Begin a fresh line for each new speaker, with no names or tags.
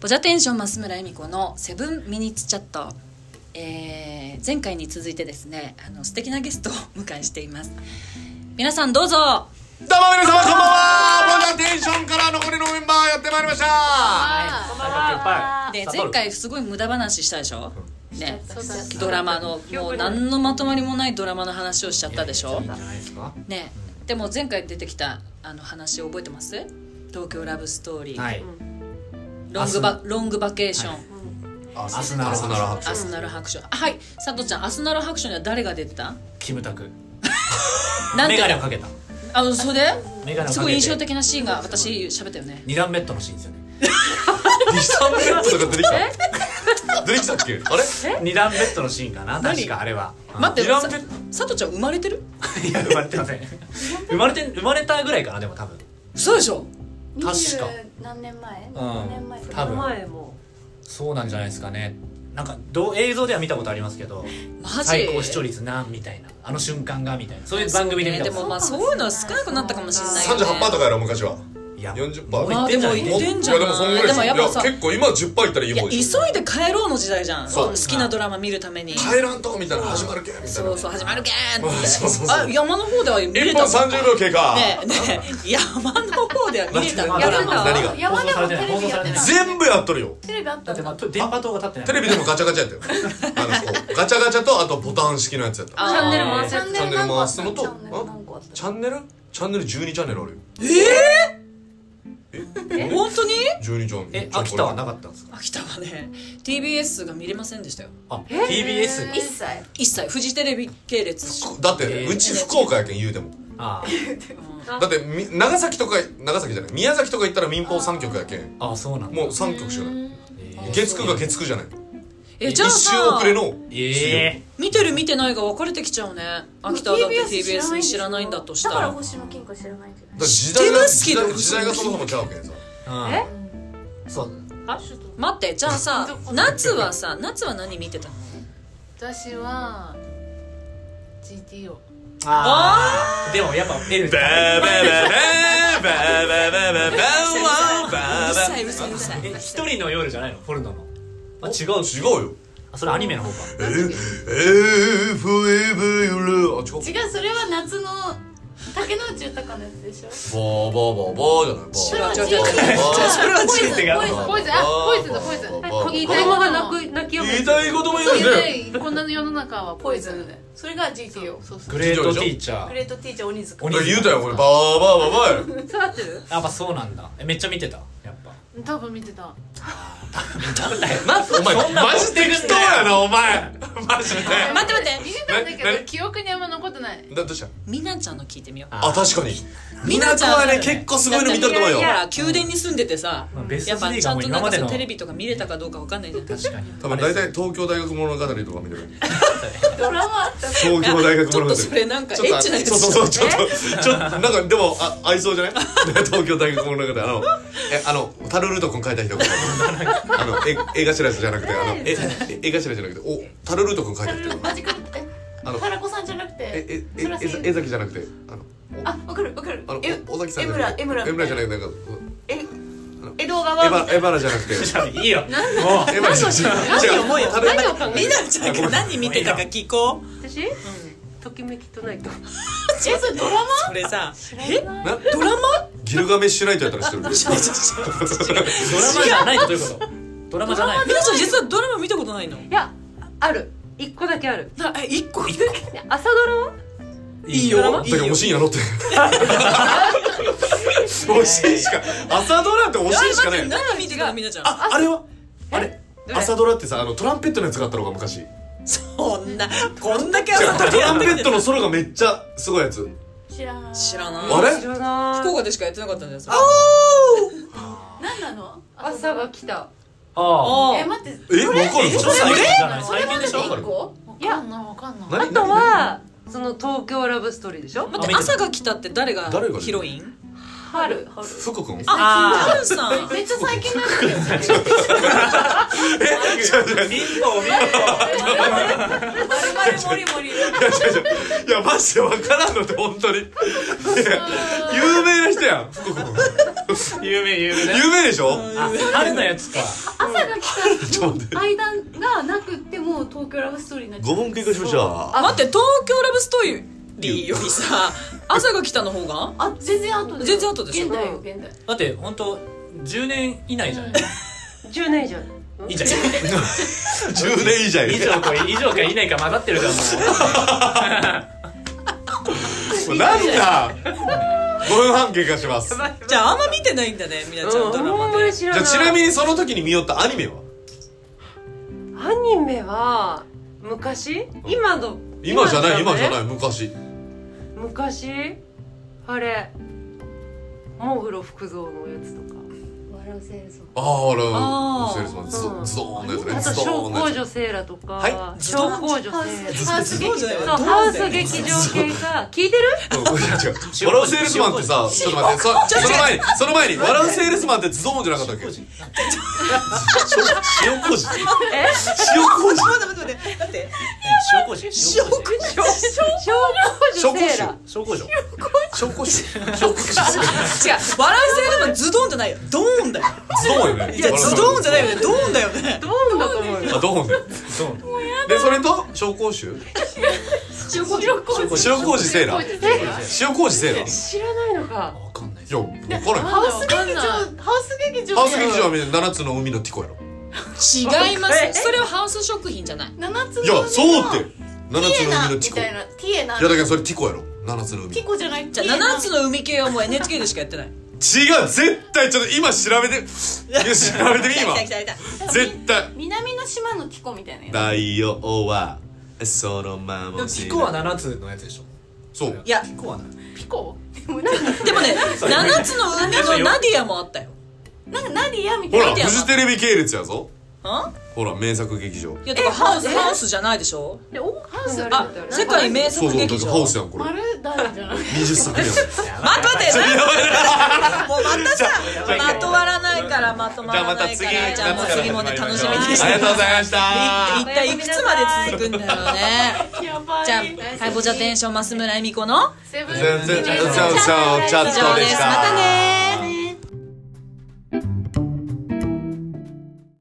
ボジャテンション増村恵美子のセブンミニッツチャット、えー前回に続いてですねあの素敵なゲストをお迎えしています皆さんどうぞ
どうも皆様こんばんはボジャテンションから残りのメンバーやってまいりました
こんばんは
で前回すごい無駄話したでしょね
そうだそうだ
ドラマのもう何のまとまりもないドラマの話をしちゃったでしょ
じゃないですか
ねでも前回出てきたあの話覚えてます東京ラブストーリー、
はい
ロングバロングバケーション、
明日なら明日なら
アスナル白書あはい佐藤ちゃんアスナル白書には誰が出てた
キムタク
なん
メ
て
ガネをかけた
あのそれ
メガネをかけて
すごい印象的なシーンが私喋ったよね
二段ベッドのシーンです よね
リサンベットとか出てきた出てきたっけあれ
二段ベッドのシーンかな確かあれは
待って
二段
さ
ベッ
佐藤ちゃん生まれてる
ドいや生まれてません生まれて生まれたぐらいかなでも多分
そうでしょ
確か
20何年前
うん
何年前
多分
前も
そうなんじゃないですかねなんかどう映像では見たことありますけど
マジ
最高視聴率なんみたいなあの瞬間がみたいなそういう番組で見た
で
こと
もまあ
そ
そう
かもしれな
いうのは少
いう
なくなったかもしれないよ
三十八パーと
ね
かやろ昔はい
や
40%
もう
ま
い
あ
って
で
んじゃ
も
ないい
言ってんじゃ
い
ない
やでもそんぐらいです
でもや
よ
っ
いや
ぱさ
結構今10%いったらいい
いや
方
急
ですよ
いで帰ろうの時代じゃん
そう
好きなドラマ見るために
帰らんとみたいな始まるけみたいな
そうそう始まるけーっ
あ
て
そうそうそう
あ山の方では見れ
1
た
分30秒経過
ねえねえ山の方では見れた
な
ド
んで
ラマ
なんで
何が
山でもテレビやってた
全部やっとるよ
テレビあっ
だ
た
って
の
まあと電波塔が立ってない
テレビでもガチャガチャやったよあのこうガチャガチャとあとボタン式のやつやった
あー
チャンネル
チャンネ
回せ
ル何個あったのチャンネル何個あった
チャンネルチャンネル12チャンネルあるよ
本当に
12チャンネル
え秋田はなかったんですか
秋田はね TBS が見れませんでしたよ
あ TBS
一切
一切フジテレビ系列
だって
えー
うち福岡やけん言うても
あ
だってみ長崎とか長崎じゃない宮崎とか行ったら民放3局やけん
あああそうなんだ
もう3局しかない
え
月9が月9じゃない
えじゃあ
一
さ
周遅れの
ーえ
見てる見てないが分かれてきちゃうね秋田はだって TBS に知らないんだとした
だから
ら
星の金庫知らないんじゃない
だから時代が
知って
時
ますけ
代
ど
時代がそもそもちゃうけんさ
えそう
待ってじゃあさ 夏はさ夏は何見てたの
私は GTO
あーでもやっぱエル
うる
フ
さいうるさいうるさい
え一人の夜じゃないのフォルノのあ違う
違うよ
あそれアニメの方か
えーえーフォーエバーユルあ違う
違うそれは夏の竹野内豊のやつでしょ
バーバーバーバーじ
違
ゃな
う
いバー
違う違うそれは
ポイズ
違う違う
ポイズ
ポイズンあポイズンだポイズン
はい
言いたいことが泣く泣きよ
言いたいことも言うんだよ
ねこんな世の中は
ポ
ポ
イ
イ
ズ
ズ
ン
ン
でそれが GTO
そうそう
グレートティーチャ
グ
ー
レートティーチャー鬼塚
鬼
言うたよこれバーバーバーバー
そうってる
やっぱそうなんだえめっちゃ見てたやっぱ
多分見てた
お前マジ適当やなお前マジで
待って待って見てたんだけ
なな
ど記憶にあんま残ってない
だどうした
みなちゃんの聞いてみよう
あ確かに
みなちゃん
は
は
ね
ね
結構すごいの見たと思うよ
ほら宮殿に住んでてさ
まあベスト
やっぱ
3
ち
が
ゃん
もう
と
今
なん
ま
か
で
そ
の
うテレビとか見れたかどうかわかん ないじゃん
確かに
多分大体東京大学物語とか見てる
ドラマあった
東京大学
ちょ
物
っ
語
とそれなんかエ
ちょっと
ッチなやつ
そうそうそうちょっとちょっとなんかでもあ合いそうじゃない 東京大学物語あのえあのタルルート君書いた人があのえ絵頭じゃなくてあのええ絵頭じゃなくておタルルート君書いた人
マジかえ
あの
タラコさんじゃなく
え
て
ええ
それは
え
声優
江崎じゃなくてあのお
あわかるわかる
あの
え
お尾崎さん
江
じゃな
村
くて
江村
江村じゃな
く
くてなんか
て江戸
エ
川み
バ
たい
エバラじゃなく て
いいよ
エバラじゃなくて違う
思うよ
タルルート
みなちゃんが何見てたか聞こう
私ときめきとないと
えそれドラマ
それさえ
な
ドラマ
ギルガメッシュナイトやったら 知ってる
ドラマじゃないってどういうことドラマじゃない
みなちゃん実はドラマ見たことないの
いやある一個だけある
なえ一個
朝ドラはい
い
よ
だけど惜しいんやろ って惜しいしか朝ドラって惜しいしか
あ
な
待って
い
何見てたのみなちゃん
ああれはあれ
どれ
朝ドラってさあのトランペットのやつがあったのか昔違う
そんなこんだけ朝ド
ト
ラ
ラ
や
ン
って
ペ
る
ットのソロがめっちゃすごいやつ
知らない
知らない
あれ
知らな
福
い
岡でしかやってなかったんじゃないですか
何なの
朝が来た
ああ
え待って
えわかる
ちょっと最近じゃない
それ
最
ま
近
で
でし
で
ょ
1個
いやわかんない
あ
あ
と
とはその東京ラブストーリーでしょ
待って
あ見て
朝が来たって誰が
誰が
ヒロイン
春春
福君
あハルさん
めっちゃ最近のやつだよね
ミンゴミン
丸々モリモリ
いや違う違ういやマジで分からんのって本当にいや有名な人やん福君
有名有名
有名でしょ
あ春のやつか
朝が来たの間がなくってもう東京ラブストーリーになっちゃ
5
う
問経過しました
あ
待って東京ラブストーリーよりさ朝が来たの方が
あ全然後で
全然後でしょ
現代よ現代
だって本当10年以内じゃない
10年以上
以上以
10年以上
上か以上か以内か混ざってるからも
もう なんだ5分半経過し ますじ
じゃああんま見てないんだねみなちゃんドラマで
知らな
ゃ
い
あちなみにその時に見よったアニメは
アニメは昔今の
今じゃない今じゃ
い
ない昔
昔あれモンフロ福蔵のやつとか
笑う戦争
あああれ
あー
セールスマンズ
う
ド
ん
ズドーンのやつね
あと
ズドー
小
ンの
公
やつ
女セーラとか、
は
小公女セー
ハウ
ラ
スハウス劇
そう
そ
だ
う
よ
場
ハウス劇場系が聞いてる
うん違う違う笑うセールスマンって さちょっと待ってそその前にその前に笑うセールスマンってズドーンじゃなかったっけ塩
待って待って待
麹塩麹
え
ってだって
塩麹塩麹
小公女セーラ
塩麹
塩麹塩
違
麹
う笑い性でもズドンじゃないよドーンだよ
ズドーンよね
いやズドーンじゃないよねドーンだよね
どうなんだと思うよ
あドーンね
そう
でそれと紹興酒
塩麹塩麹
塩麹セーラ
え
塩麹セーラ
知らないのか
わかんない
いやわからんよ
ハウス劇場ハウス劇場
ハウス劇場は7つの海のティコやろ
違いますそれはハウス食品じゃない
七つの
いやそうって7
ティ
つ
エ
の
ナ
海の
み
ティコ
た
い
い
や
なティエナ
だけどそれティコやろ7つの海
ティコじゃない
じゃあ7つの海系はもう NHK でしかやってない
違う絶対ちょっと今調べていや調べてみ今
来た来た来
絶対
南の島のティコみたいなやつ
大王はそのまま
ピコは7つのやつでしょ
そう
いや
ピコはな
ピコ
たでもね7つの海のナディアもあったよ
なんかナディアみた
ほ
い
ら
な
フジテレビ系列やぞ
は
ほら名作劇場
いやだからハウスハウスじゃないでしょ
でおハウ
ス
あ世界名作
そうそうだか
劇場
らハウスやんこれ
丸だじゃない
20作目やん
待って待ってもうまたさ
じゃあ
まとわらないからまとまらないからじゃあもう次もね楽しみにして
ありがとうございまし
一
た
体いくつまで続くんだろうね
やばい
じゃあハイボジャテンション増村恵美子の
セブン
全然ちゃうちゃうちゃうチ
以
ャット
上
で
で
し
す
た
またね